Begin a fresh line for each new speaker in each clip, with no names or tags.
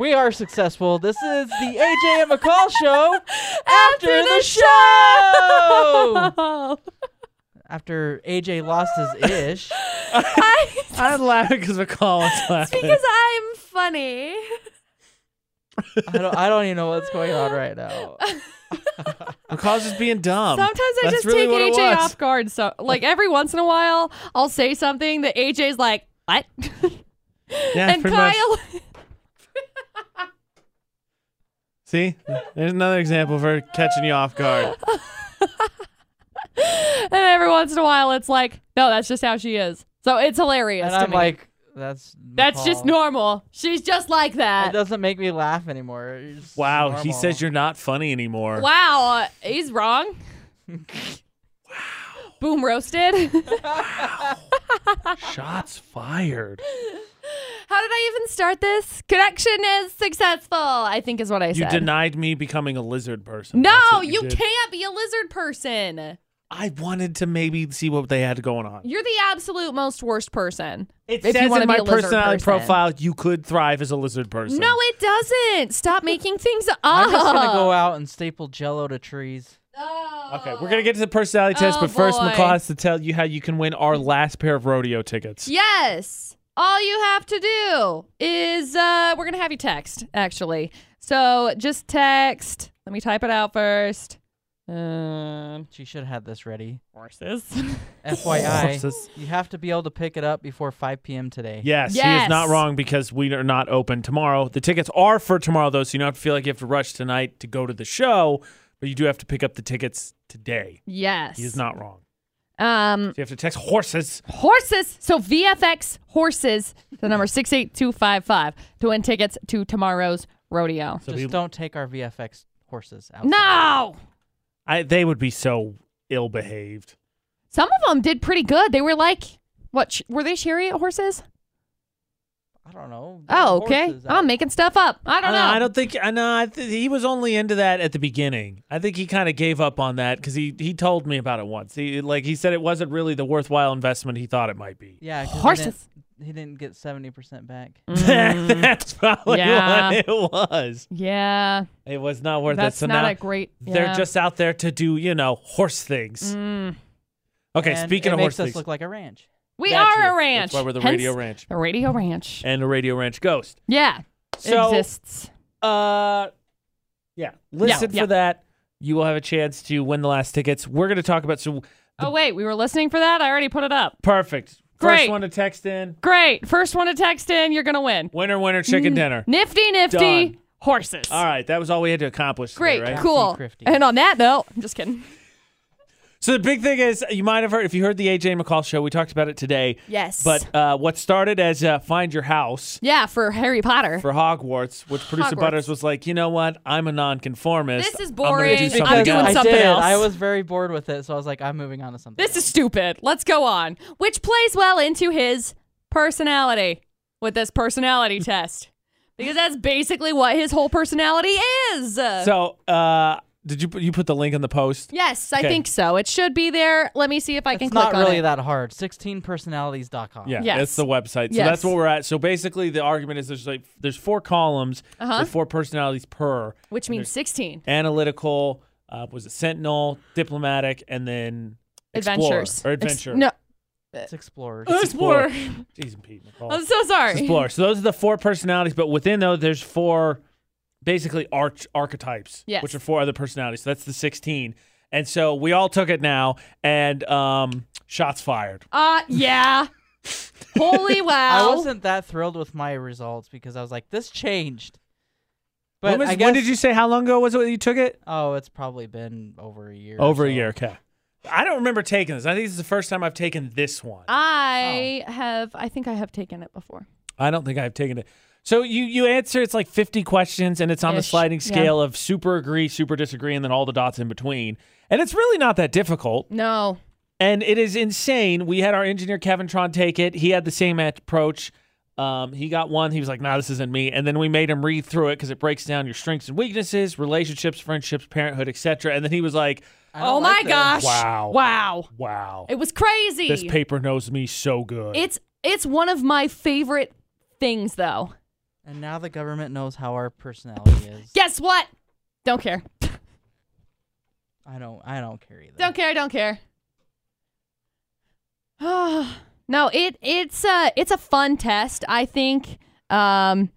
We are successful. This is the AJ and McCall show after, the, show.
Oh.
After AJ lost his ish.
I,
I'm laughing because McCall was laughing.
because I'm funny.
I don't, I don't even know what's going on right now.
McCall's just being dumb.
Sometimes I
Um, That's
just
really what it
take AJ
was.
off guard. So, like every once in a while, I'll say something that AJ's like, "What?"
Yeah,
and
pretty
Kyle,
much. See, there's another example for catching you off guard.
and every once in a while, it's like, "No, that's just how she is." So it's hilarious.
And
to
I'm
me.
like, that's
"That's just
McCall.
normal. She's just like
It
that."
doesn't make me laugh anymore. It's just
Wow, he
normal.
says you're not funny anymore.
Wow, he's wrong. Boom roasted. how
Shots fired.
did I even start this? Connection is successful. I think is what I
You
said.
denied me becoming a lizard person. That's
no,
what
you,
did.
can't be a lizard person.
I wanted to maybe see what they had going on.
You're the absolute most worst person.
It
If you
says
wanna
in
be
my
a lizard
personality
person.
profile you could thrive as a lizard person.
No, it doesn't. Stop making things up.
I'm just going to go out and staple jello to trees.
Okay, we're gonna get to the personality test,
Oh,
but first,
boy.
McCall has to tell you how you can win our last pair of rodeo tickets.
Yes. All you have to do is uh, we're gonna have you text actually. So just text. Let me type it out first. Um,
She should have had this ready.
horses.
FYI,
Horses.
you have to be able to pick it up before 5 p.m. today.
Yes, he
Yes.
is not wrong because we are not open tomorrow. The tickets are for tomorrow, though, so you don't have to feel like you have to rush tonight to go to the show, but you do have to pick up the tickets today.
yes.
He is not wrong.
Um,
So you have to text horses.
horses. So VFX horses. The number six eight two five five to win tickets to tomorrow's rodeo.
So
just
we-
don't take our VFX horses out.
No.
I, they would be so ill behaved.
Some of them did pretty good. They were like, what sh- were they chariot horses?
I don't know.
Oh, okay.
Horses out.
I'm making stuff up. I don't know.
Uh, I don't think. I know. I th- he was only into that at the beginning. I think he kind of gave up on that because he he told me about it once. He like he said it wasn't really the worthwhile investment he thought it might be.
Yeah, 'cause
Horses.
He didn't, he didn't get seventy percent back.
That's probably
Mm. Yeah.
what it was.
Yeah,
It was not worth
that's
it. So
not
now
a great.
they're
yeah.
just out there to do you know horse things.
Mm.
Okay,
And
speaking
it
of
makes
horse
us
things,
look like a ranch.
We
that's it.
are a ranch.
That's why we're the
Hence,
Radio Ranch
The Radio Ranch.
and the Radio Ranch Ghost.
Yeah,
So
exists.
Uh, yeah. Listen
yeah.
for that. You will have a chance to win the last tickets. We're going to talk about some
Oh wait, we were listening for that. I already put it up.
perfect.
Great.
First one to text in.
Great. First one to text in, you're gonna win.
Winner, winner, chicken
Mm.
dinner.
Nifty, nifty
Done.
horses.
All right, that was all we had to accomplish. today,
Great,
right?
Crafty,
cool.
crafty.
And on that note, I'm just kidding.
So the big thing is, uh, you might have heard if you heard the AJ McCall show. We talked about it today.
Yes.
But uh, what started as uh, find your house
Yeah, for Harry Potter.
for Hogwarts, which producer
Hogwarts.
Butters was like, you know what? I'm a nonconformist.
This is
I'm gonna
boring.
do
I'm
something
doing
else."
I
something
did.
else.
I was very bored with it, so I was like, I'm moving on to something.
this is stupid. Let's go on. Which plays well into his personality with this personality test. Because that's basically what his whole personality is.
So uh, did you put- you put the link in the post?
yes, I
Okay.
think so. It should be there. Let me see if I can
it's
click
not
on
really
it.
that hard. 16personalities.com.
Yeah,
Yes.
that's the website. So
Yes.
that's where we're at. So basically, the argument is there's like there's four columns,
Uh-huh.
with four personalities per
Which means 16.
analytical. Uh, was it Sentinel, diplomatic, and then explorer,
Adventures.
or
Ex-
adventure?
no.
It's explorers.
Explorer. Jeez, and Pete McCall.
I'm so sorry.
Explorer. So those are the four personalities, but within those, there's four basically arch archetypes,
Yes.
which are four other personalities. So that's the sixteen. And so we all took it now, and um, shots fired.
Uh, yeah. Holy wow.
I wasn't that thrilled with my results because I was like, this changed. But
when, was-
I guess,
when did you say how long ago was it that you took it?
Oh, it's probably been over a year. or
Over a
so.
year, okay. I don't remember taking this. I think this is the first time I've taken this one.
Uh,
Oh.
I have, I think I have taken it before.
I don't think I've taken it. So you you answer it's like 50 questions and it's on the
Ish,
sliding
yeah.
scale of super agree, super disagree and then all the dots in between. And it's really not that difficult.
No.
And it is insane. We had our engineer Kevin Tron take it. He had the same at- approach. Um, he got one. He was like, "Nah, this isn't me." And then we made him read through it because it breaks down your strengths and weaknesses, relationships, friendships, parenthood, etc. And then he was like,
I don't
Oh my
like this.
gosh.
Wow.
Wow.
"Wow,
It was crazy.
this paper knows me so good."
It's it's one of my favorite things though.
And now the government knows how our personality is.
Guess what? Don't care.
I don't. I don't care either.
Don't care. Don't care. no, it it's a it's a fun test. I think. Um,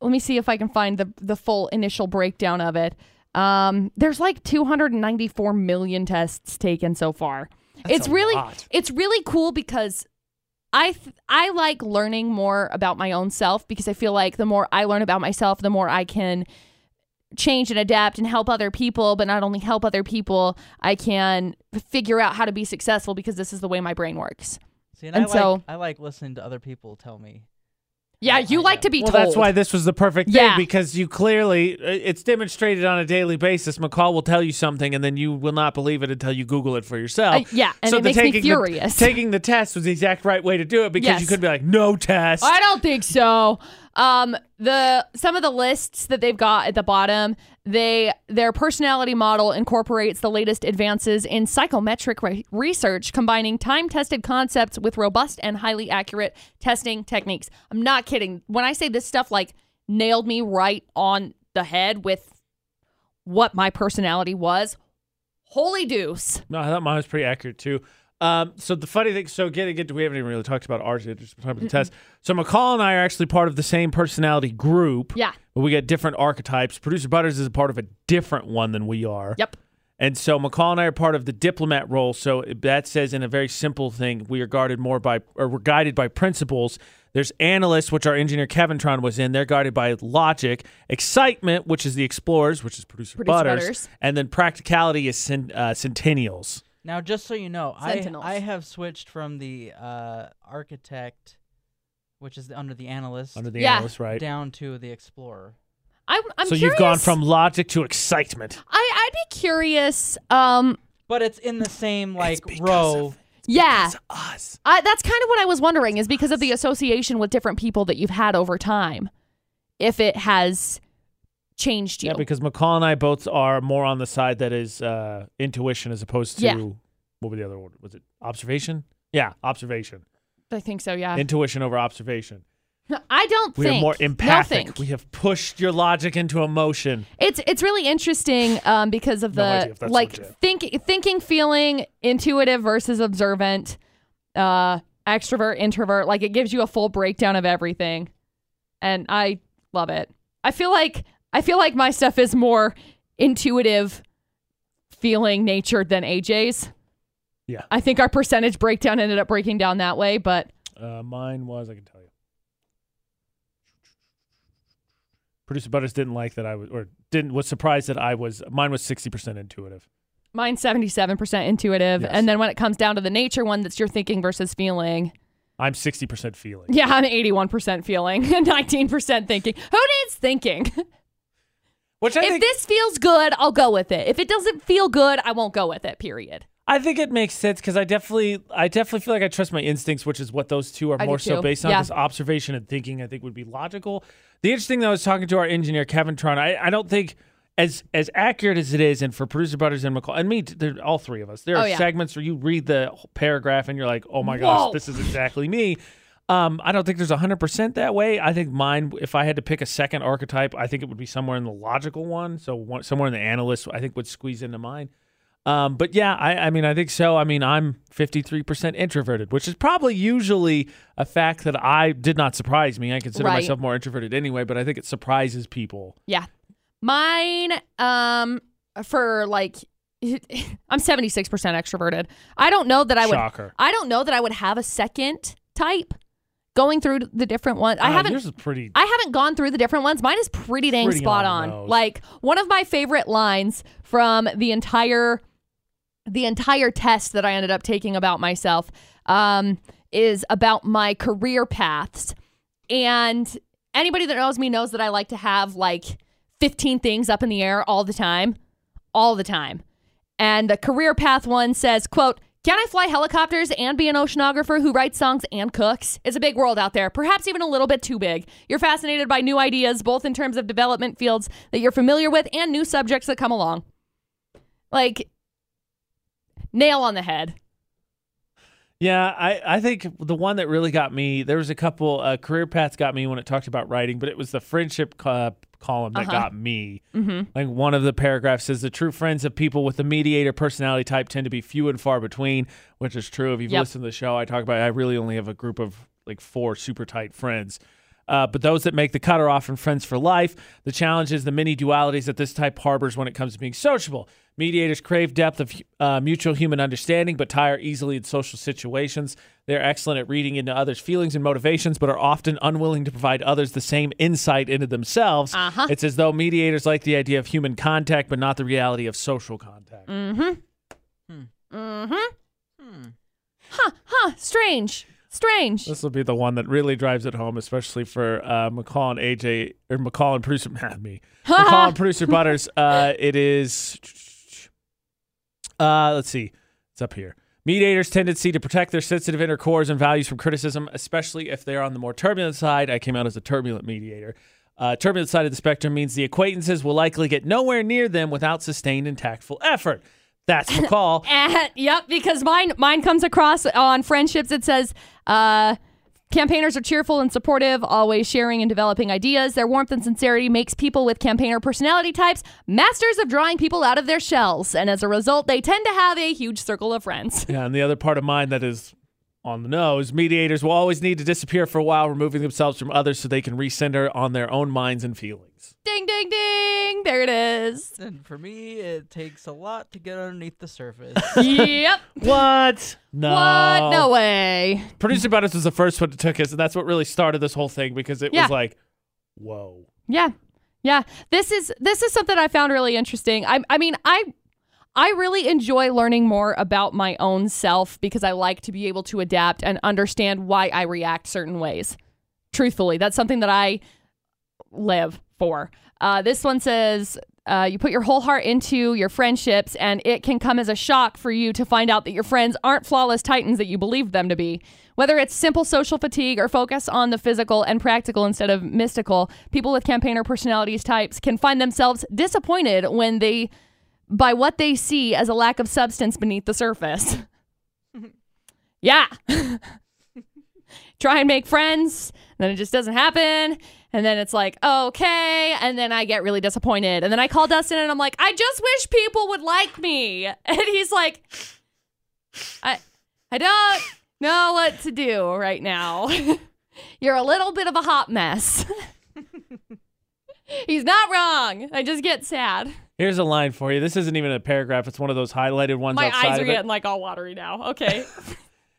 let me see if I can find the the full initial breakdown of it. Um, there's like 294 million tests taken so far.
That's
it's
a
really
lot.
it's really cool because I th- I like learning more about my own self because I feel like the more I learn about myself, the more I can change and adapt and help other people, but not only help other people, I can figure out how to be successful because this is the way my brain works.
See, and,
And
I
so-
like, I like listening to other people tell me.
Yeah,
Yeah,
you
I
like
know.
to be
Well,
told.
that's why this was the perfect thing
Yeah.
because you clearly, uh, it's demonstrated on a daily basis. McCall will tell you something and then you will not believe it until you Google it for yourself.
Uh, yeah, and
so
it
the
makes me
taking the-
furious.
taking the test was the exact right way to do it because you
Yes.
could be like, no test.
I don't think so. Um, the some of the lists that they've got at the bottom, they their personality model incorporates the latest advances in psychometric re- research, combining time-tested concepts with robust and highly accurate testing techniques. I'm not kidding. When I say this stuff, like nailed me right on the head with what my personality was. Holy deuce!
No, I thought mine was pretty accurate too. Um, so the funny thing, so getting into, we haven't even really talked about ours yet, just talking about the test. So McCall and I are actually part of the same personality group.
Yeah.
But we got different archetypes. Producer Butters is a part of a different one than we are.
Yep.
And so McCall and I are part of the diplomat role. So that says, in a very simple thing, we are guarded more by, or we're guided by principles. There's analysts, which our engineer Kevintron was in. They're guided by logic. Excitement, which is the explorers, which is producer,
Producer
Butters.
Butters.
And then practicality is cen- uh, centennials.
Now, just so you know, I
Sentinels.
I have switched from the uh, architect, which is under the analyst,
Under the
Yeah.
analyst, right?
down to the explorer.
I'm, I'm
so
curious.
you've gone from logic to excitement.
I, I'd be curious. Um,
But it's in the same like
because
row.
of-
yeah.
It's us.
I, that's kind of what I was wondering is because of the association with different people that you've had over time, if it has changed you.
Yeah, because McCall and I both are more on the side that is uh, intuition as opposed to
Yeah.
what were the other one? Was it observation? Yeah, observation.
I think so, yeah.
intuition over observation.
I don't
We
think
are more
No
empathic.
think.
we have pushed your logic into emotion.
It's it's really interesting um, because of
No idea
the
if that's
like
legit.
thinking thinking feeling intuitive versus observant, uh, extrovert introvert. Like it gives you a full breakdown of everything, and I love it. I feel like I feel like my stuff is more intuitive feeling natured than AJ's.
Yeah.
I think our percentage breakdown ended up breaking down that way, but
Uh, mine was, I can tell you. Producer Butters didn't like that I was, or didn't was surprised that I was. Mine was sixty percent intuitive.
mine's seventy seven percent intuitive,
Yes.
and then when it comes down to the nature one, that's your thinking versus feeling.
I'm sixty percent feeling.
Yeah, I'm 81% feeling and 19% thinking. Who needs thinking?
Which I
if
think
this feels good, I'll go with it. If it doesn't feel good, I won't go with it, period.
I think it makes sense because I definitely I definitely feel like I trust my instincts, which is what those two are
I do
more so
too.
based on.
Yeah.
Because observation and thinking, I think, would be logical. The interesting thing, I was talking to our engineer Kevin Tron. I, I don't think as as accurate as it is, and for producer Butters and McCall and me, they're all three of us. There
Oh,
are
yeah.
segments where you read the whole paragraph and you're like, oh my gosh,
Whoa.
this is exactly me. Um, I don't think there's 100% that way. I think mine, if I had to pick a second archetype, I think it would be somewhere in the logical one. So one, somewhere in the analyst, I think would squeeze into mine. Um, but yeah, I, I mean, I think so. I mean, I'm 53% introverted, which is probably usually a fact that I did not surprise me. I consider
Right.
myself more introverted anyway, but I think it surprises people.
Yeah. Mine, um, for like, I'm 76% extroverted. I don't know that I would.
Shocker.
I don't know that I would have a second type going through the different ones. I
Uh,
haven't
Yours is pretty.
I haven't gone through the different ones. Mine is pretty dang
Pretty
spot
on
on.
the nose.
Like one of my favorite lines from the entire the entire test that I ended up taking about myself um, is about my career paths. And anybody that knows me knows that I like to have like 15 things up in the air all the time, all the time. And the career path one says, quote, can I fly helicopters and be an oceanographer who writes songs and cooks? It's a big world out there, perhaps even a little bit too big. You're fascinated by new ideas, both in terms of development fields that you're familiar with and new subjects that come along. Like, nail on the head.
Yeah, I, I think the one that really got me, there was a couple, uh, Career Paths got me when it talked about writing, but it was the friendship co- column that
Uh-huh.
got me.
Mm-hmm.
Like one of the paragraphs says, the true friends of people with the mediator personality type tend to be few and far between, which is true. If you've
Yep.
listened to the show, I talk about, I really only have a group of like four super tight friends. Uh, but those that make the cut are often friends for life. The challenge is the many dualities that this type harbors when it comes to being sociable. Mediators crave depth of uh, mutual human understanding, but tire easily in social situations. They're excellent at reading into others' feelings and motivations, but are often unwilling to provide others the same insight into themselves.
Uh-huh.
It's as though mediators like the idea of human contact, but not the reality of social contact.
Mm-hmm. Mm-hmm. Huh. Huh. Strange. Strange.
This will be the one that really drives it home, especially for uh, McCall and AJ or McCall and producer me. McCall and producer Butters. Uh, it is. Uh, let's see. It's up here. Mediators' tendency to protect their sensitive inner cores and values from criticism, especially if they're on the more turbulent side. I came out as a turbulent mediator. Uh, turbulent side of the spectrum means the acquaintances will likely get nowhere near them without sustained and tactful effort. That's McCall.
Eh, yep, because mine mine comes across on friendships. It says, uh, campaigners are cheerful and supportive, always sharing and developing ideas. Their warmth and sincerity makes people with campaigner personality types masters of drawing people out of their shells, and as a result, they tend to have a huge circle of friends.
Yeah, and the other part of mine that is on the nose, mediators will always need to disappear for a while, removing themselves from others so they can recenter on their own minds and feelings.
ding, ding, ding! There it is.
And for me, it takes a lot to get underneath the surface.
yep.
What? No.
What? No way.
Producer Butters was the first one to took us, and that's what really started this whole thing because it
Yeah.
was like, whoa.
Yeah. Yeah. This is this is something I found really interesting. I I mean, I I really enjoy learning more about my own self because I like to be able to adapt and understand why I react certain ways. Truthfully, that's something that I live for. Uh, this one says uh, you put your whole heart into your friendships, and it can come as a shock for you to find out that your friends aren't flawless titans that you believed them to be. Whether it's simple social fatigue or focus on the physical and practical instead of mystical, people with campaigner personalities types can find themselves disappointed when they by what they see as a lack of substance beneath the surface. yeah. Try and make friends, and then it just doesn't happen. And then it's like, okay. And then I get really disappointed. And then I call Dustin and I'm like, I just wish people would like me. And he's like, I I don't know what to do right now. You're a little bit of a hot mess. he's not wrong. I just get sad.
Here's a line for you. This isn't even a paragraph, it's one of those highlighted ones
My
outside
eyes are
of it.
getting like all watery now. Okay.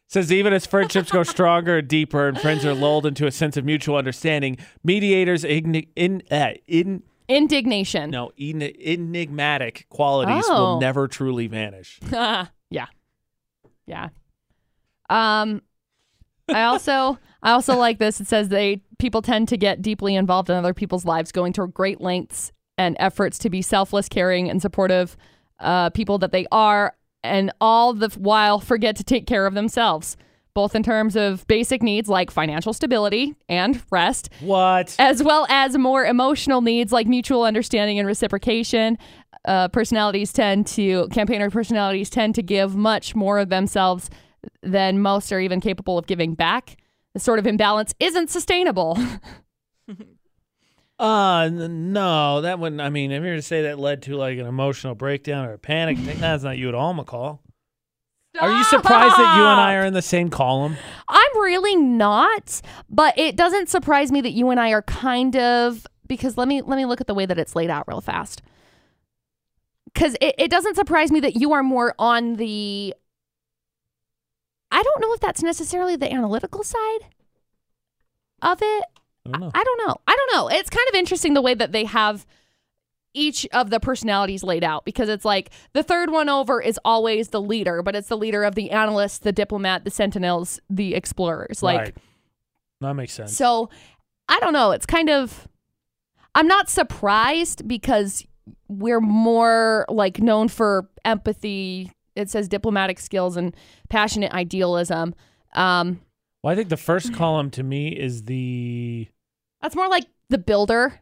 Says even as friendships go stronger and deeper, and friends are lulled into a sense of mutual understanding, mediators igni- in uh, in
Indignation.
No, en- enigmatic qualities
Oh.
will never truly vanish.
yeah. Yeah. Um I also I also like this. It says they people tend to get deeply involved in other people's lives, going to great lengths and efforts to be selfless, caring, and supportive uh, people that they are, and all the while forget to take care of themselves, both in terms of basic needs like financial stability and rest,
What?
as well as more emotional needs like mutual understanding and reciprocation. Uh, personalities tend to campaigner personalities tend to give much more of themselves than most are even capable of giving back. This sort of imbalance isn't sustainable.
Uh, n- no, that wouldn't. I mean, if you were to say that led to like an emotional breakdown or a panic, attack, that's not you at all, McCall. Are you surprised that you and I are in the same column?
I'm really not, but it doesn't surprise me that you and I are kind of because let me let me look at the way that it's laid out real fast. Cause it, it doesn't surprise me that you are more on the I don't know if that's necessarily the analytical side of it.
I don't know.
I don't know. I don't know. It's kind of interesting the way that they have each of the personalities laid out because it's like the third one over is always the leader, but it's the leader of the analysts, the diplomat, the sentinels, the explorers. Like
Right. that makes sense.
so I don't know, it's kind of I'm not surprised because we're more like known for empathy. It says diplomatic skills and passionate idealism. Um
Well, I think the first column to me is the
That's more like the builder,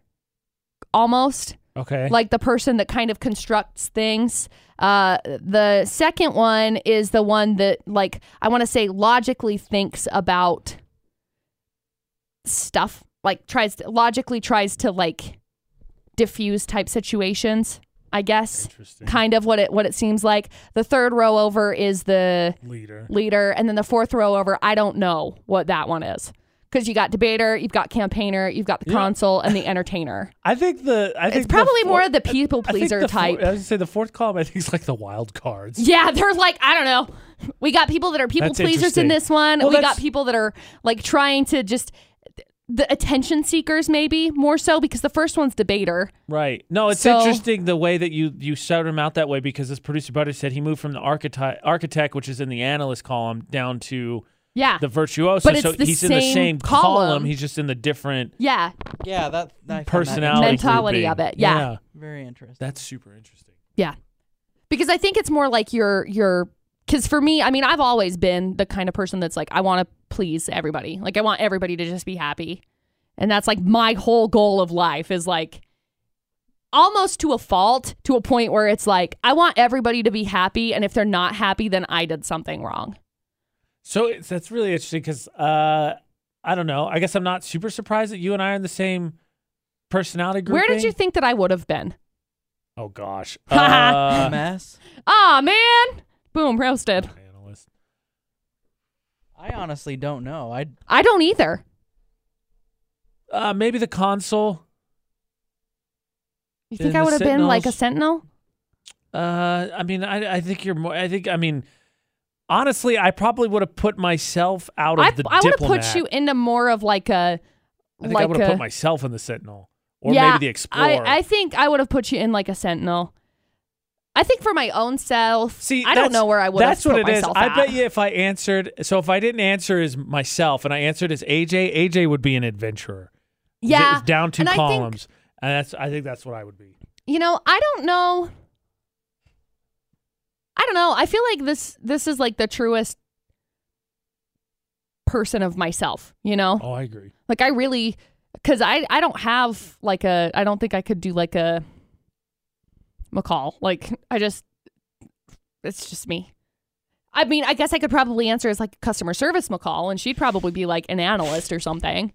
almost.
Okay.
like the person that kind of constructs things. Uh, the second one is the one that, like, I want to say logically thinks about stuff, like, tries to, logically tries to, like, diffuse type situations, I guess.
Interesting.
Kind of what it what it seems like. The third row over is the
Leader.
leader, and then the fourth row over. I don't know what that one is because you got debater, you've got campaigner, you've got the
know-
console, and the entertainer.
I think the. I think
It's probably
the
more
four-
of the people
I think
pleaser
the four-
type.
I was gonna say the fourth column. I think is like the wild cards.
yeah, they're like, I don't know. We got people that are people
That's
pleasers in
interesting.
this one.
Well,
we got
that's-
people that are like trying to just the attention seekers, maybe more so because the first one's debater.
Right. No, it's
So-
interesting the way that you you shout him out that way because as producer Butter said, he moved from the architect, architect which is in the analyst column, down to
Yeah.
the virtuoso.
But it's
so
the
he's in the
same
same column.
column.
He's just in the different
yeah.
Yeah, that I found that
personality
Mentality
grouping.
of it, yeah.
Very interesting.
that's super interesting.
Yeah. Because I think it's more like your your cuz for me, I mean, I've always been the kind of person that's like I want to please everybody. Like I want everybody to just be happy. And that's like my whole goal of life is like almost to a fault to a point where it's like I want everybody to be happy and if they're not happy then I did something wrong.
So it's, that's really interesting because uh, I don't know. I guess I'm not super surprised that you and I are in the same personality grouping.
Where did you think that I would have been?
Oh gosh.
Haha.
Uh,
Mess.
Ah, man. Boom, roasted.
analyst.
I honestly don't know. I
I don't either.
Uh, maybe the console.
You think
And
I
the
would have been like a
Sentinels?
sentinel?
Uh, I mean, I, I think you're more. I think I mean, honestly, I probably would have put myself out of
I,
the
I would have
diplomat.
put you into more of like a
I think I
like
would have
a-
put myself in the Sentinel, or
yeah,
maybe the Explorer.
I, I think I would have put you in like a sentinel. I think for my own self,
See,
I don't
that's-
know where I would have
That's
put
what it is.
myself
I
at.
bet you if I answered, so if I didn't answer as myself and I answered as AJ, AJ would be an adventurer. 'Cause it
yeah,
was down two
and I think-
columns, and that's I think that's what I would be.
you know, I don't know. I don't know. I feel like this this is like the truest person of myself. You know,
Oh, I agree.
like I really because I I don't have like a I don't think I could do like a McCall. Like I just it's just me. I mean, I guess I could probably answer as like a customer service McCall, and she'd probably be like an analyst or something.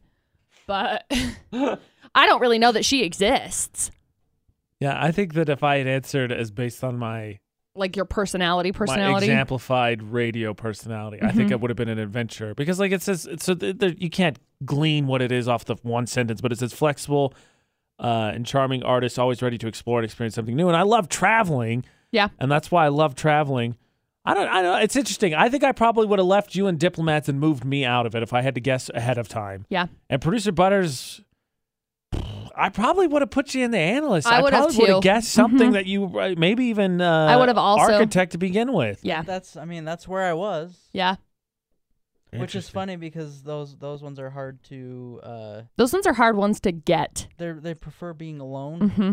But I don't really know that she exists.
Yeah, I think that if I had answered as based on my
Like your personality, personality. Mm-hmm.
my exemplified radio personality. I think it would have been an adventure because, like, it says it's so th- there, you can't glean what it is off the one sentence, but it says flexible uh, and charming artist, always ready to explore and experience something new. And I love traveling,
yeah.
and that's why I love traveling. I don't. I know it's interesting. I think I probably would have left you and diplomats and moved me out of it if I had to guess ahead of time.
Yeah.
And producer Butters. I probably would have put you in the analyst.
I would have
probably would
too.
have guessed something
Mhm.
that you uh, maybe even uh,
would have also-
architect to begin with.
Yeah.
that's I mean that's where I was,
Yeah.
which is
Interesting.
funny because those those ones are hard to uh
Those ones are hard ones to get.
they they prefer being alone
hmm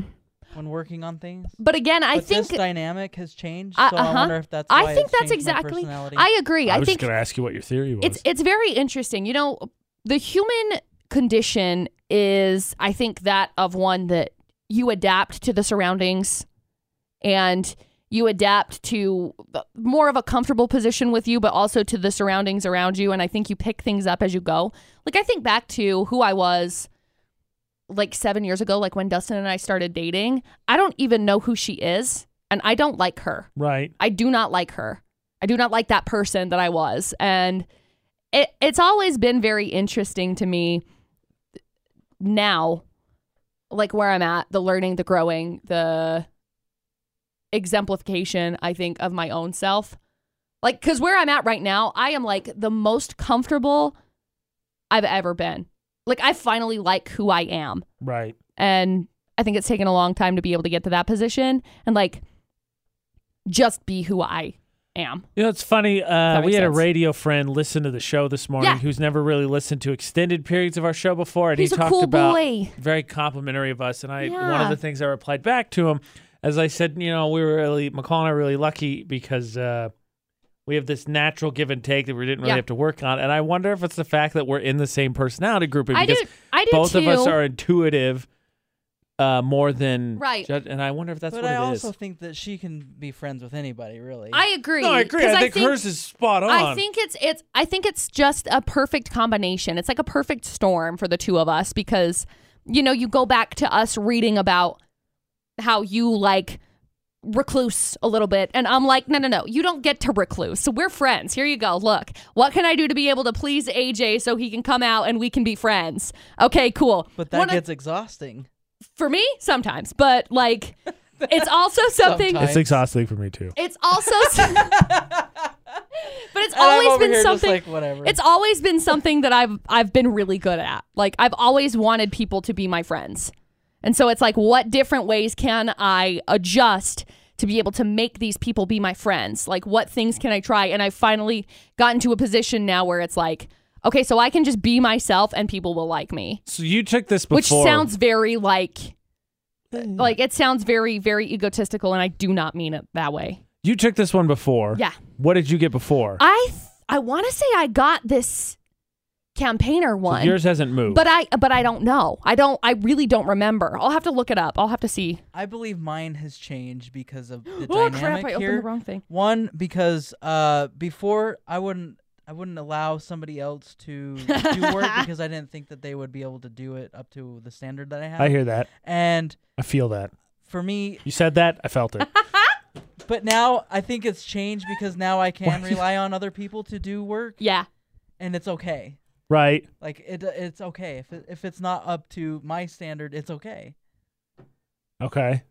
when working on things.
But again, I
but
think
this dynamic has changed,
Uh,
so
uh-huh.
I wonder if that's why
I think
it's changed
that's
my
exactly.
personality.
I agree. I,
was
think
just going to ask you what your theory was.
It's it's very interesting. You know, the human condition is I think that of one that you adapt to the surroundings and you adapt to more of a comfortable position with you but also to the surroundings around you and I think you pick things up as you go. Like I think back to who I was like 7 years ago like when Dustin and I started dating. I don't even know who she is and I don't like her.
right.
I do not like her. I do not like that person that I was. And it, it's always been very interesting to me now, like where I'm at, the learning, the growing, the exemplification, I think, of my own self. Like, because where I'm at right now, I am like the most comfortable I've ever been. Like, I finally like who I am
Right.
and I think it's taken a long time to be able to get to that position and like just be who I am.
You know, it's funny. Uh,
That
we
makes
had
sense.
a radio friend listen to the show this morning
Yeah.
who's never really listened to extended periods of our show before. And
He's
he
a
talked
cool
about
boy.
very complimentary of us. And I, one
Yeah.
of the things I replied back to him, as I said, you know, we were really, McCall and I are really lucky because uh, we have this natural give and take that we didn't really
Yeah.
have to work on. And I wonder if it's the fact that we're in the same personality grouping
I do.
because
I do
both
too.
of us are intuitive uh, more than
Right.
Judge, and I wonder if that's
but
what
I
it is.
also think that she can be friends with anybody, really.
I agree.
No, I agree.
'cause
I think, hers is spot on.
I think it's it's I think it's just a perfect combination. It's like a perfect storm for the two of us because you know, you go back to us reading about how you like recluse a little bit and I'm like, "No, no, no. You don't get to recluse. So we're friends. Here you go. Look. What can I do to be able to please AJ so he can come out and we can be friends?" Okay, cool.
but that
One of-
gets exhausting.
for me sometimes, but like it's also something
Sometimes.
It's exhausting for me too.
it's also But it's
And I'm
always
over
been
here just
something
like, whatever.
it's always been something that I've I've been really good at. Like I've always wanted people to be my friends. And so it's like what different ways can I adjust to be able to make these people be my friends? Like what things can I try? And I finally gotten to a position now where it's like okay, so I can just be myself and people will like me.
so. You took this before,
Which sounds very like like it sounds very very egotistical and I do not mean it that way.
You took this one before.
Yeah.
What did you get before?
I th- I want to say I got this campaigner
So
one.
yours hasn't moved.
But I but I don't know. I don't I really don't remember. I'll have to look it up. I'll have to see.
I believe mine has changed because of the
Oh
dynamic
crap, I
here.
opened the wrong thing.
One because uh, before I wouldn't I wouldn't allow somebody else to do work because I didn't think that they would be able to do it up to the standard that I have.
I hear that.
and
I feel that.
for me,
You said that. I felt it.
but now I think it's changed because now I can rely on other people to do work,
Yeah.
and it's okay.
right.
Like it, it's okay if it, if it's not up to my standard, it's okay.
Okay.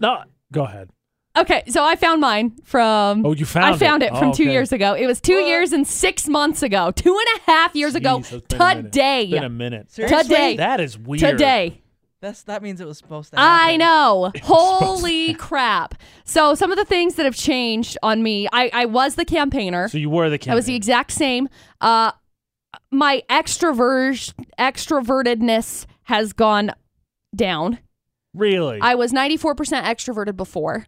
No. Go ahead.
Okay, so I found mine from
Oh, you found
I found it, from
Oh,
two
okay.
years ago. It was two
What?
years and six months ago. Two and a half years ago
Jeez, it's been a minute. It's been a minute.
Seriously,
today. Today.
That is weird.
Today.
that's that means it was supposed to. Happen.
I know. Holy crap. So some of the things that have changed on me, I, I was the campaigner.
so you were the
I was the exact same. Uh, my extrovert extrovertedness has gone down.
really.
I was 94% extroverted before,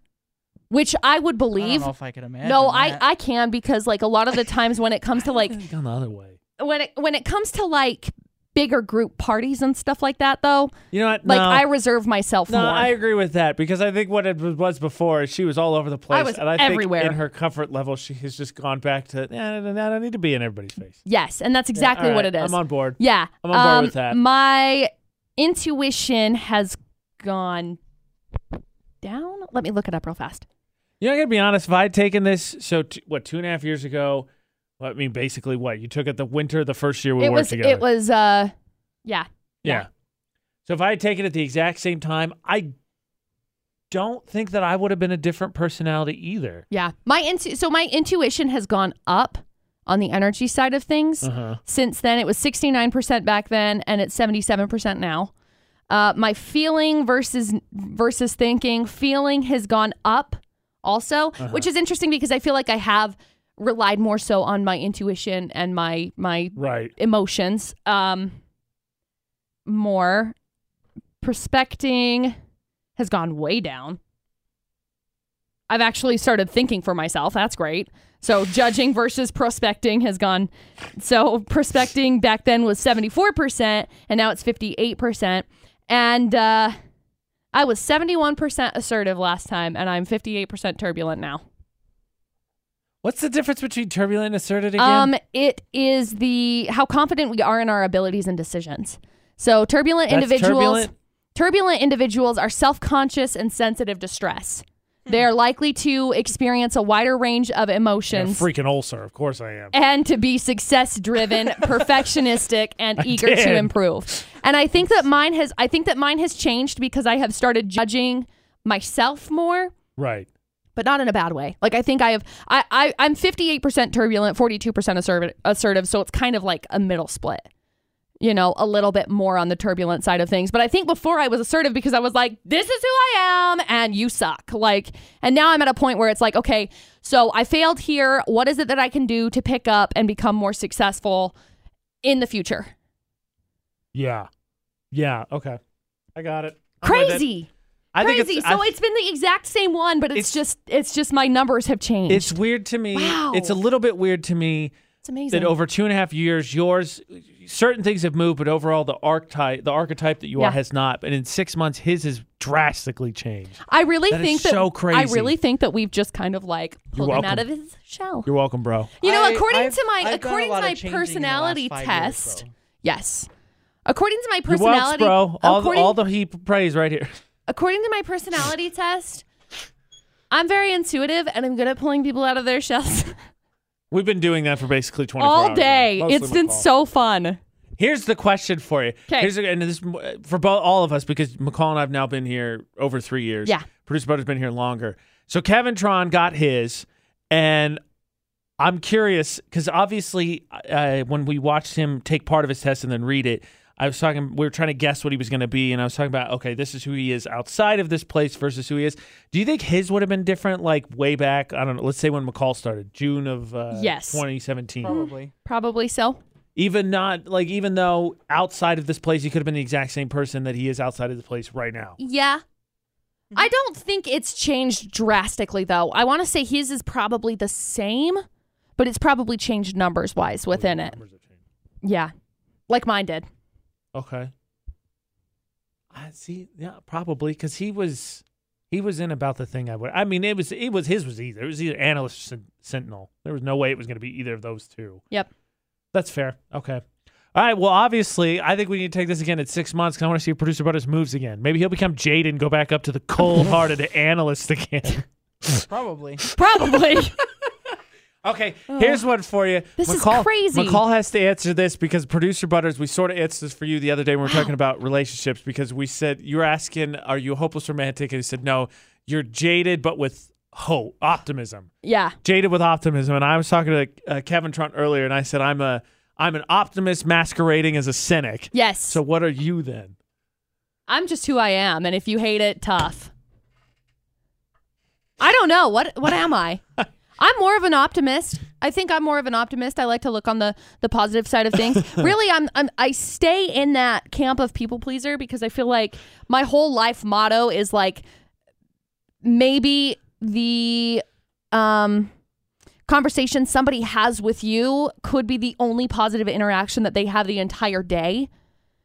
which I would
I don't
believe.
know if I could imagine.
no, I,
that.
I can because like a lot of the times when it comes to like
I've gone the other way.
when it when it comes to like bigger group parties and stuff like that though,
You know what?
like
no.
I reserve myself
No,
more.
I agree with that because I think what it was before is she was all over the place,
I was
and I think
everywhere.
in her comfort level, she has just gone back to. "Nah, nah, nah, I don't need to be in everybody's face.
yes, and that's exactly
All
what
right,
it is.
I'm on board.
Yeah. um,
I'm on board with that.
My intuition has gone down. Let me look it up real fast.
You know, I gotta be honest. If I had taken this, so t- what, two and a half years ago? Well, I mean, basically, what you took it the winter, the first year we
it
worked
was
together.
it was uh yeah.
yeah. So if I had taken it the exact same time, I don't think that I would have been a different personality either.
Yeah. My intu- so my intuition has gone up on the energy side of things.
Uh-huh.
Since then it was 69% back then and it's 77% now. Uh, my feeling versus versus thinking, feeling has gone up also,
Uh-huh.
which is interesting because I feel like I have relied more so on my intuition and my my
Right.
emotions um more prospecting has gone way down i've actually started thinking for myself that's great so judging versus prospecting has gone so prospecting back then was 74% and now it's 58% and uh i was 71% assertive last time and i'm 58% turbulent now
What's the difference between turbulent and asserted again?
um, it is the how confident we are in our abilities and decisions. So turbulent
That's
individuals,
turbulent?
turbulent individuals are self-conscious and sensitive to stress.
Hmm.
They are likely to experience a wider range of
Yeah,
emotions
freaking ulcer. Of course I am.
and to be success driven, perfectionistic, and eager to
did.
improve. And I think that mine has I think that mine has changed because I have started judging myself more
Right.
but not in a bad way. Like I think I have I, I I'm 58% turbulent, 42% assertive, assertive, so it's kind of like a middle split. You know, a little bit more on the turbulent side of things, but I think before I was assertive because I was like, this is who I am and you suck. Like and now I'm at a point where it's like, okay, so I failed here. What is it that I can do to pick up and become more successful in the future?
Yeah. Yeah. Okay. I got it. I'm with it.
Crazy.
I think
Crazy.
it's,
so
I-
it's been the exact same one, but it's,
It's-
just it's just my numbers have changed.
It's weird to me. It's a
Wow.
little bit weird to me
It's amazing.
that over two and a half years, yours certain things have moved, but overall the archetype, the archetype that you
Yeah.
are, has not. And in six months, his has drastically changed.
I really
That is
think that
so
I
crazy.
really think that we've just kind of like
You're
pulled him out of
welcome.
his shell.
You're welcome, bro.
You know,
I-
according
I've-
to my
I've done a
according to
lot of
my
changing in the last
personality
five years,
test,
though.
yes. According to my
You're welcome,
personality,
bro. All the,
according,
all the heap praise right here.
according to my personality test, I'm very intuitive and I'm good at pulling people out of their shells
We've been doing that for basically 24
all
hours now.
day.
Mostly
It's
with
been
Paul.
so fun.
Here's the question for you.
'Kay.
Here's a, and this is for both all of us because McCall and I've now been here over three years.
Yeah.
producer brother's been here longer. So Kevin Tron got his, and I'm curious because obviously uh, when we watched him take part of his test and then read it, I was talking. We were trying to guess what he was going to be, and I was talking about okay, this is who he is outside of this place versus who he is. Do you think his would have been different, like way back? I don't know. Let's say when McCall started, June of uh,
Yes.
2017
Probably.
Probably so.
even not like even though outside of this place he could have been the exact same person that he is outside of the place right now
Yeah. I don't think it's changed drastically though. I want to say his is probably the same, but it's probably changed numbers wise within it. Yeah. Like mine did.
okay i see yeah probably because he was he was in about the thing i would i mean it was it was his was either it was either analyst or Sen- sentinel there was no way it was going to be either of those two
Yep.
that's fair okay all right. Well, obviously, I think we need to take this again at six months because I want to see producer brothers moves again. Maybe he'll become Jaden, and go back up to the cold-hearted analyst again.
Probably.
Probably.
Okay, here's one for you.
Oh. This is
McCall,
crazy.
McCall has to answer this because producer Butters, we sort of answered this for you the other day when we were talking about relationships because we said you were asking, "Are you a hopeless romantic?" And he said, "No, you're jaded, but with hope, optimism,
yeah.
jaded with optimism." And I was talking to uh, Kevin Trump earlier, and I said, "I'm a, I'm an optimist masquerading as a cynic."
Yes.
So what are you then?
I'm just who I am, and if you hate it, tough. I don't know what what am I? I'm more of an optimist. I think I'm more of an optimist. I like to look on the the positive side of things. really, I'm, I'm I stay in that camp of people pleaser because I feel like my whole life motto is like maybe the um conversation somebody has with you could be the only positive interaction that they have the entire day.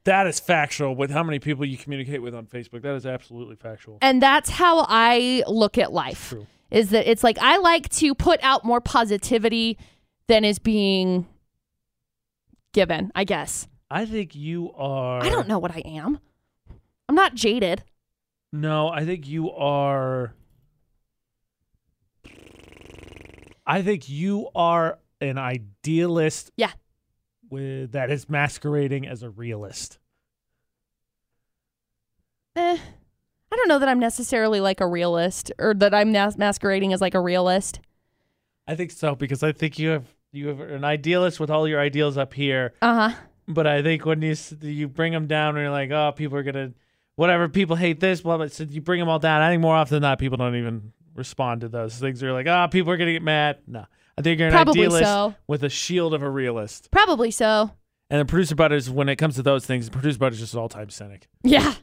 That is factual with how many people you communicate with on Facebook. That is absolutely factual.
And that's how I look at life.
True.
Is that it's like I like to put out more positivity than is being given, I guess.
I think you are.
I don't know what I am. I'm not jaded.
No, I think you are. I think you are an idealist.
Yeah.
With that is masquerading as a realist.
Eh, I don't know that I'm necessarily like a realist or that I'm nas- masquerading as like a realist.
I think so because I think you have you have an idealist with all your ideals up here,
Uh huh.
but I think when you s- you bring them down, and you're like, oh, people are gonna, whatever, people hate this, blah blah. So you bring them all down. I think more often than not, people don't even respond to those things. They're like, ah, people are gonna get mad. No, I think you're an
Probably
idealist
so.
with a shield of a realist.
Probably so.
And the producer butters, when it comes to those things, producer butters just an all time cynic.
Yeah.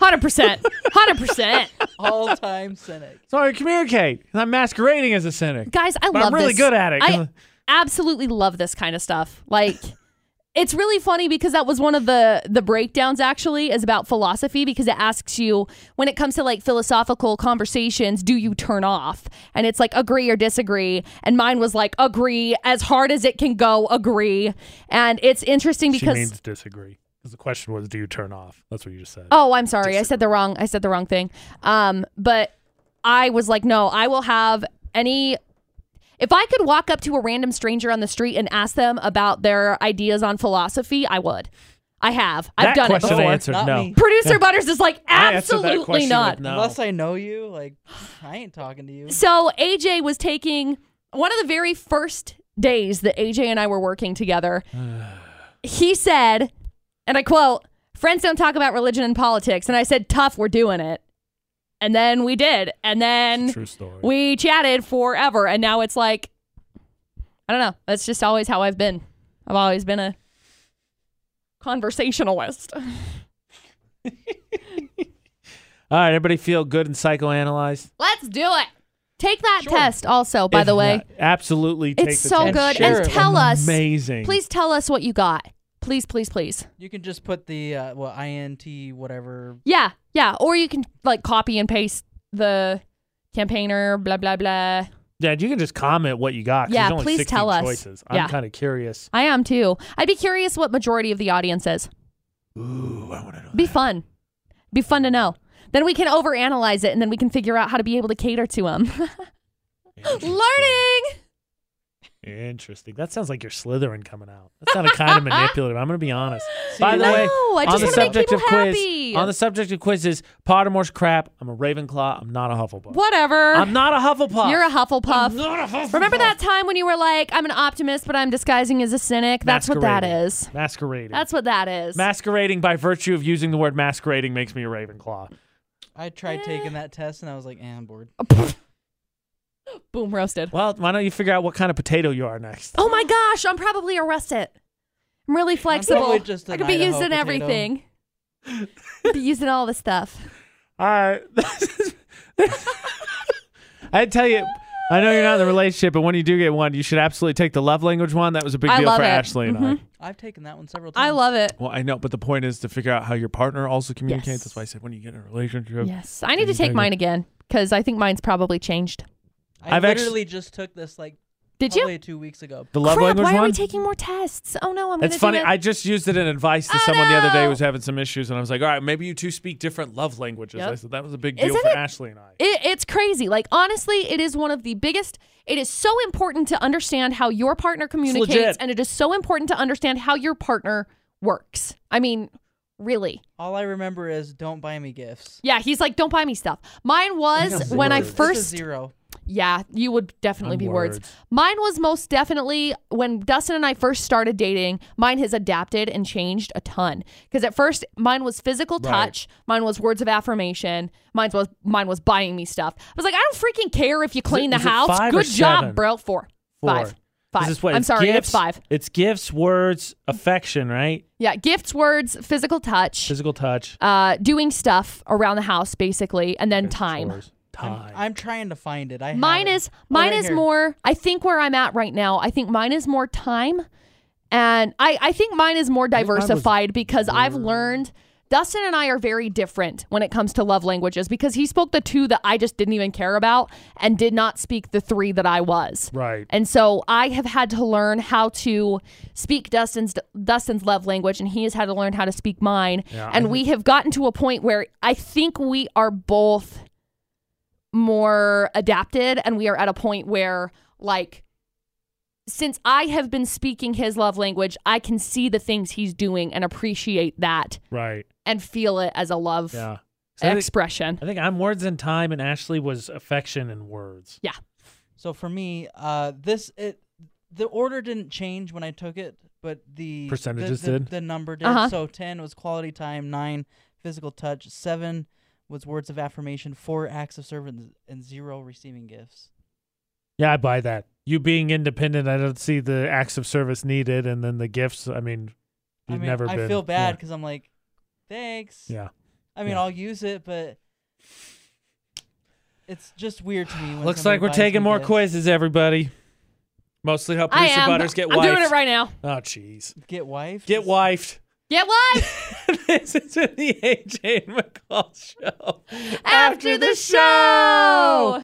100%. 100%.
All time cynic.
So I communicate. And I'm masquerading as a cynic.
Guys, I
But I'm
love
really
this.
good at it,
I
'cause-
absolutely love this kind of stuff. Like it's really funny because that was one of the the breakdowns actually is about philosophy because it asks you when it comes to like philosophical conversations, do you turn off? And it's like agree or disagree. And mine was like agree as hard as it can go, agree. And it's interesting because
disagree. Because the question was, do you turn off? That's what you just said.
Oh, I'm sorry. I said the wrong. I said the wrong thing. Um, but I was like, no, I will have any. If I could walk up to a random stranger on the street and ask them about their ideas on philosophy, I would. I have. I've
that
done it
question
before.
I answered
Not
no.
me.
Producer Butters is like,
I answered that
absolutely
question
not.
with no.
Unless I know you, like, I ain't talking to you.
So AJ was taking one of the very first days that AJ and I were working together. he said, and I quote, friends don't talk about religion and politics. And I said, tough, we're doing it. And then we did. And then
True story.
we chatted forever. And now it's like, I don't know. That's just always how I've been. I've always been a conversationalist.
all right, everybody feel good and psychoanalyzed?
Let's do it. Take that
Sure.
test also, by
If
the way.
not, absolutely. take
It's
the
so
test.
good.
share
and
it.
tell us.
Amazing.
Please tell us what you got. Please, please, please.
You can just put the uh, well int whatever.
Yeah, yeah. Or you can like copy and paste the campaigner, blah, blah, blah.
Yeah, you can just comment what you got.
'cause Yeah, there's only please 16 tell us. choices. I'm Yeah.
kind of curious.
I am too. I'd be curious what majority of the audience is.
Ooh, I want to know.
Be fun. Be fun to know. Then we can overanalyze it and then we can figure out how to be able to cater to them. Learning!
Interesting. That sounds like your Slytherin coming out. That sounded kind of manipulative. I'm going to be honest. By the
no,
way,
I
on
just
the
want to make
subject
people
of quiz,
happy.
on the subject of quizzes, Pottermore's crap. I'm a Ravenclaw. I'm not a Hufflepuff.
Whatever.
I'm not a Hufflepuff.
You're a Hufflepuff.
I'm not a Hufflepuff.
Remember that time when you were like, I'm an optimist, but I'm disguising as a cynic? That's what that
Masquerading.
is.
masquerading.
That's what that is.
Masquerading by virtue of using the word masquerading makes me a Ravenclaw.
I tried taking that test and I was like, eh, I'm bored.
Boom, roasted.
Well, why don't you figure out what kind of potato you are next?
Oh my gosh, I'm probably a russet. I'm really flexible.
probably just
I
an
could be
Idaho
used in
potato.
everything. be used in all the stuff.
All right. I tell you, I know you're not in the relationship, but when you do get one, you should absolutely take the love language one. That was a big
I
deal
love
for
it. Mm-hmm.
Ashley and I.
I've taken that one several times.
I love it.
Well, I know, but the point is to figure out how your partner also communicates.
Yes.
That's why I said when you get in a relationship.
Yes. I need to
you
take
take
mine again because I think mine's probably changed.
I
I've actu-
literally just took this like
Did you?
probably two weeks ago.
The love
Crap,
language
why are
one?
we taking more tests? Oh no, I'm
It's
gonna
funny.
do it.
I just used it in advice to
Oh,
someone the other day
no.
who was having some issues, and I was like, "All right, maybe you two speak different love languages."
Yep.
I said that was a big deal
Isn't
for
it-
Ashley and I.
It, it's crazy. Like honestly, it is one of the biggest. It is so important to understand how your partner communicates,
legit.
and it is so important to understand how your partner works. I mean, really.
All I remember is don't buy me gifts.
Yeah, he's like, don't buy me stuff. Mine was
That's
when I
words.
Just a
first.
zero.
Yeah, you would definitely
On
be words.
words.
Mine was most definitely when Dustin and I first started dating, mine has adapted and changed a ton. Because at first mine was physical touch, mine was words of affirmation, mine was mine was buying me stuff. I was like, I don't freaking care if you clean
it-
the
is it
house.
five or
Good job,
seven?
bro. Four.
Four.
Five. Five.
This is what-
I'm sorry,
gifts,
it's five.
It's gifts, words, affection, right?
Yeah. Gifts, words, physical touch,
Physical touch.
uh, doing stuff around the house basically, and then time.
Words, time.
I'm trying to find it. I
Mine
have it.
is
Oh,
mine
right
is
here.
more. I think where I'm at right now. I think mine is more time, and I I think mine is more
mine was
diversified because I've learned. Dustin and I are very different when it comes to love languages because he spoke the two that I just didn't even care about and did not speak the three that I was.
right.
And so I have had to learn how to speak Dustin's Dustin's love language, and he has had to learn how to speak mine. and we
Mm-hmm.
have gotten to a point where I think we are both more adapted, and we are at a point where like. Since I have been speaking his love language, I can see the things he's doing and appreciate that
Right.
and feel it as a love
Yeah.
So I, think,
expression.
I think I'm words and time, and Ashley was affection and words.
So for me, uh, this it the order didn't change when I took it, but the the-
Percentages
the,
did?
The number did.
Uh-huh.
So ten was quality time, nine physical touch, seven was words of affirmation, four acts of service, and zero receiving gifts.
Yeah, I buy that. You being independent, I don't see the acts of service needed, and then the gifts. I mean,
I
you've
mean,
never
I
been.
feel bad because I'm like, thanks.
Yeah.
I mean,
yeah.
I'll use it, but it's just weird to me. When
looks
somebody
like we're
buys
taking
me
more
gifts.
quizzes, everybody. Mostly how
I
producer
am.
butters get
I'm
wifed.
doing it right now.
Yeah. Oh, jeez.
Get wife.
Get wifed.
Yeah, what?
this is the AJ McCall show.
after the show.